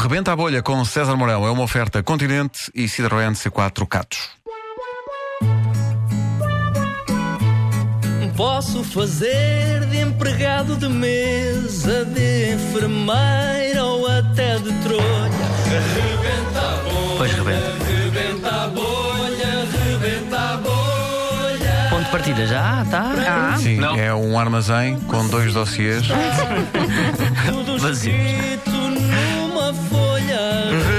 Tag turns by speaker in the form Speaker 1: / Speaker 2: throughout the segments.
Speaker 1: Rebenta a bolha com César Mourão. É uma oferta Continente e Citroën C4 Catos.
Speaker 2: Posso fazer de empregado de mesa, de enfermeira ou até de trolha.
Speaker 3: Pois rebenta. Ponto de partida já, tá?
Speaker 4: Ah,
Speaker 1: Sim, é um armazém com dois dossiês.
Speaker 2: Tudo
Speaker 3: Vazio.
Speaker 2: escrito numa folha.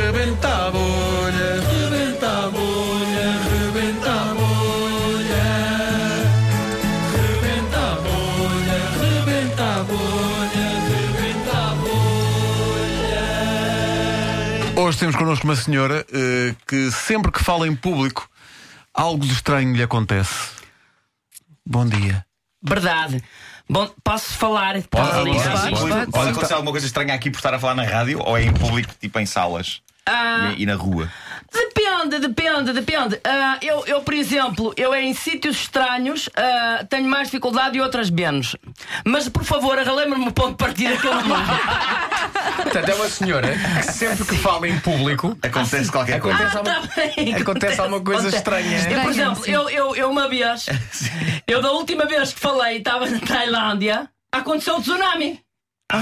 Speaker 1: Rebenta a bolha.
Speaker 2: Rebenta a bolha, rebenta a bolha. Rebenta a bolha, rebenta a bolha, rebenta a bolha.
Speaker 1: Hoje temos connosco uma senhora eh, que sempre que fala em público, algo de estranho lhe acontece. Bom dia.
Speaker 3: Verdade. Bom, posso falar? Posso
Speaker 1: pode,
Speaker 3: ligar?
Speaker 1: pode,
Speaker 3: Sim.
Speaker 1: pode.
Speaker 5: Olha, pode acontecer alguma coisa estranha aqui por estar a falar na rádio ou é em público, tipo em salas
Speaker 3: Ah,
Speaker 5: e, e na rua?
Speaker 3: depende, depende, depende. Ah, eu, eu, por exemplo, eu em sítios estranhos ah, tenho mais dificuldade e outras menos. Mas, por favor, relembra-me o ponto de partida que eu não lembro.
Speaker 4: Portanto, é uma senhora que sempre que fala em público
Speaker 3: Ah,
Speaker 5: Acontece qualquer coisa.
Speaker 4: acontece, alguma,
Speaker 3: Também.
Speaker 4: acontece alguma coisa
Speaker 3: tá Acontece.
Speaker 4: estranha. né?
Speaker 3: Eu, por exemplo, eu, eu, eu uma vez, eu da última vez que falei, estava na Tailândia, aconteceu o tsunami.
Speaker 5: E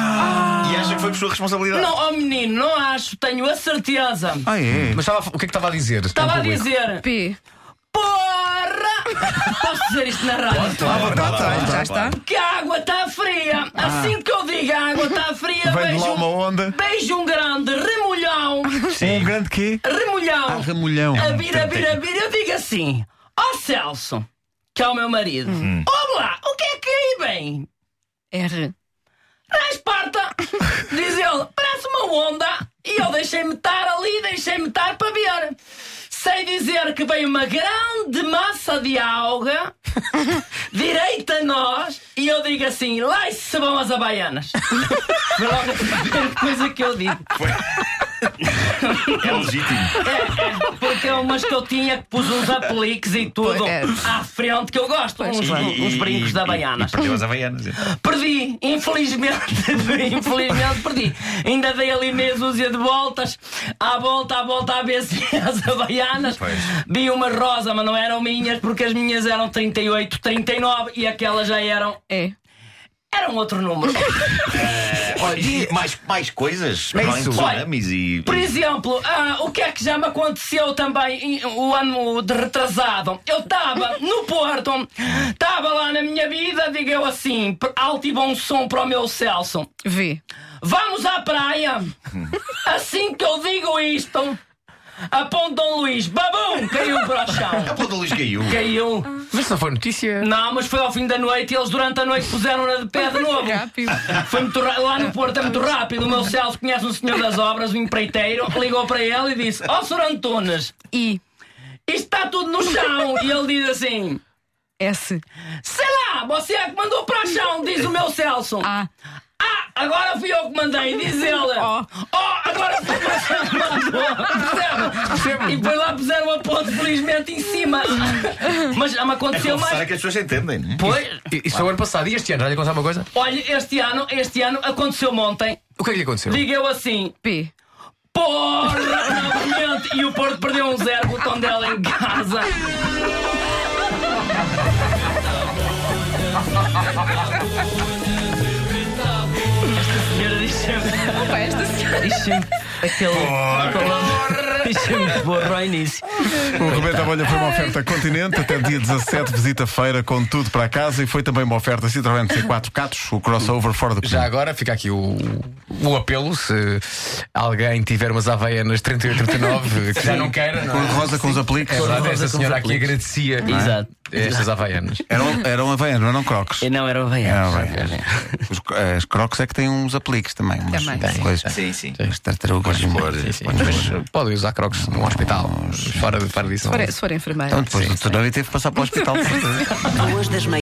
Speaker 5: acha que foi por sua responsabilidade?
Speaker 3: Ah. Não, oh menino, não acho, tenho a certeza.
Speaker 1: Ah, é?
Speaker 4: Mas estava, o que é que estava a dizer?
Speaker 3: Estava a
Speaker 4: Em público?
Speaker 3: dizer,
Speaker 6: P.
Speaker 3: porra! Posso dizer isto na rádio? tá,
Speaker 6: Já está.
Speaker 3: Que a água está fria! Assim que eu digo a água está fria,
Speaker 1: Vem de
Speaker 3: beijo,
Speaker 1: Ah. lá uma
Speaker 3: um-
Speaker 1: onda.
Speaker 3: beijo um grande remolhão,
Speaker 1: Um grande quê? Ah,
Speaker 3: remolhão,
Speaker 1: Ramulhão.
Speaker 3: a vir, a vir, a vir, eu digo assim: Ó Celso, que é o meu marido,
Speaker 1: Hum.
Speaker 3: olá, o que é que aí vem?
Speaker 6: R.
Speaker 3: Esparta! Diz ele, parece uma onda! E eu deixei-me estar ali, deixei-me estar para ver. Sei dizer que veio uma grande massa de alga direita a nós e eu digo assim: lá se vão as abaianas. Foi logo a primeira coisa que eu digo.
Speaker 5: É legítimo.
Speaker 3: É, é, porque é umas que eu tinha que pus uns apliques e tudo
Speaker 6: Pois é.
Speaker 3: à frente que eu gosto, uns, uns brincos de
Speaker 5: baiana.
Speaker 3: abaianas.
Speaker 5: E perdeu as Havaianas. então.
Speaker 3: Perdi, infelizmente, infelizmente perdi. Ainda dei ali meia dúzia de voltas, à volta, à volta, a ver se as havaianas.
Speaker 5: Pois.
Speaker 3: Vi uma rosa, mas não eram minhas, porque as minhas eram 38, 39 e aquelas já eram.
Speaker 6: E.
Speaker 3: eram outro número. É
Speaker 5: E mais, mais coisas? Não, em
Speaker 4: isso.
Speaker 5: tsunamis e.
Speaker 3: Por exemplo, ah, o que é que já me aconteceu também em- o ano de retrasado? Eu estava no Porto, estava lá na minha vida, digo eu assim, alto e bom som para o meu Celso.
Speaker 6: V.
Speaker 3: Vamos à praia! Assim que eu digo isto, aponta Dom Luís, babum! Caiu para o
Speaker 5: A
Speaker 3: chão.
Speaker 5: ponta luz caiu.
Speaker 3: Caiu.
Speaker 4: Mas não foi notícia.
Speaker 3: Não, mas foi ao fim da noite e eles durante a noite puseram-na de pé de novo.
Speaker 6: Rápido.
Speaker 3: Foi muito ra- lá no Porto é muito rápido. O meu Celso conhece um senhor das obras, um empreiteiro, ligou para ele e disse: Ó Sr. Antunes,
Speaker 6: I.
Speaker 3: isto está tudo no chão. E ele diz assim:
Speaker 6: S.
Speaker 3: Sei lá, você é que mandou para o chão, diz o meu Celso.
Speaker 6: A.
Speaker 3: Ah, agora fui eu que mandei, diz ele. Oh, agora fui eu que mandou. Percebe? E foi lá puseram a ponte, felizmente, em cima. Mas já me aconteceu
Speaker 5: Confessar é
Speaker 3: mais.
Speaker 5: que as pessoas entendem, né?
Speaker 3: Pois,
Speaker 4: Isso foi o ano passado e este ano. Já lhe contar uma coisa?
Speaker 3: olha, este ano, este ano aconteceu ontem.
Speaker 4: O que é que lhe aconteceu?
Speaker 3: Digo eu assim,
Speaker 6: P.
Speaker 3: porra, novamente. E o Porto perdeu um zero com o tom dela em casa. Esta senhora disse
Speaker 6: Opa, esta senhora.
Speaker 3: Deixa-me. Aquele. Deixa-me borrar ao início.
Speaker 1: O Rebenta a Bolha foi uma oferta Continente. Até dia 17, visita feira com tudo para casa. E foi também uma oferta Citroën C4 Catos, o crossover fora do comum.
Speaker 4: Já agora fica aqui o, o apelo: se alguém tiver umas Havaianas 38, 39, que já não queira, não
Speaker 1: Cor
Speaker 4: é?
Speaker 1: de rosa com os apliques.
Speaker 4: Toda
Speaker 3: rosa
Speaker 4: esta
Speaker 3: com
Speaker 4: senhora
Speaker 3: os
Speaker 4: aqui
Speaker 3: apliques.
Speaker 4: agradecia não é?
Speaker 3: Exato.
Speaker 4: estas Havaianas.
Speaker 1: Eram, eram havaianos, não eram crocs.
Speaker 3: Não, era o
Speaker 1: Ah,
Speaker 3: Baiano.
Speaker 1: bem. Os, as crocs é que têm uns apliques também. Umas,
Speaker 6: Também.
Speaker 1: umas coisas.
Speaker 5: Sim, sim.
Speaker 1: As tartarugas.
Speaker 4: Sim,
Speaker 1: umas-
Speaker 4: sim. Mas podem usar crocs num hospital. Fora, fora disso. não- é?
Speaker 6: Fora- Se for enfermeira.
Speaker 1: Então, depois do torneio teve que passar para o hospital.
Speaker 7: Duas das meias.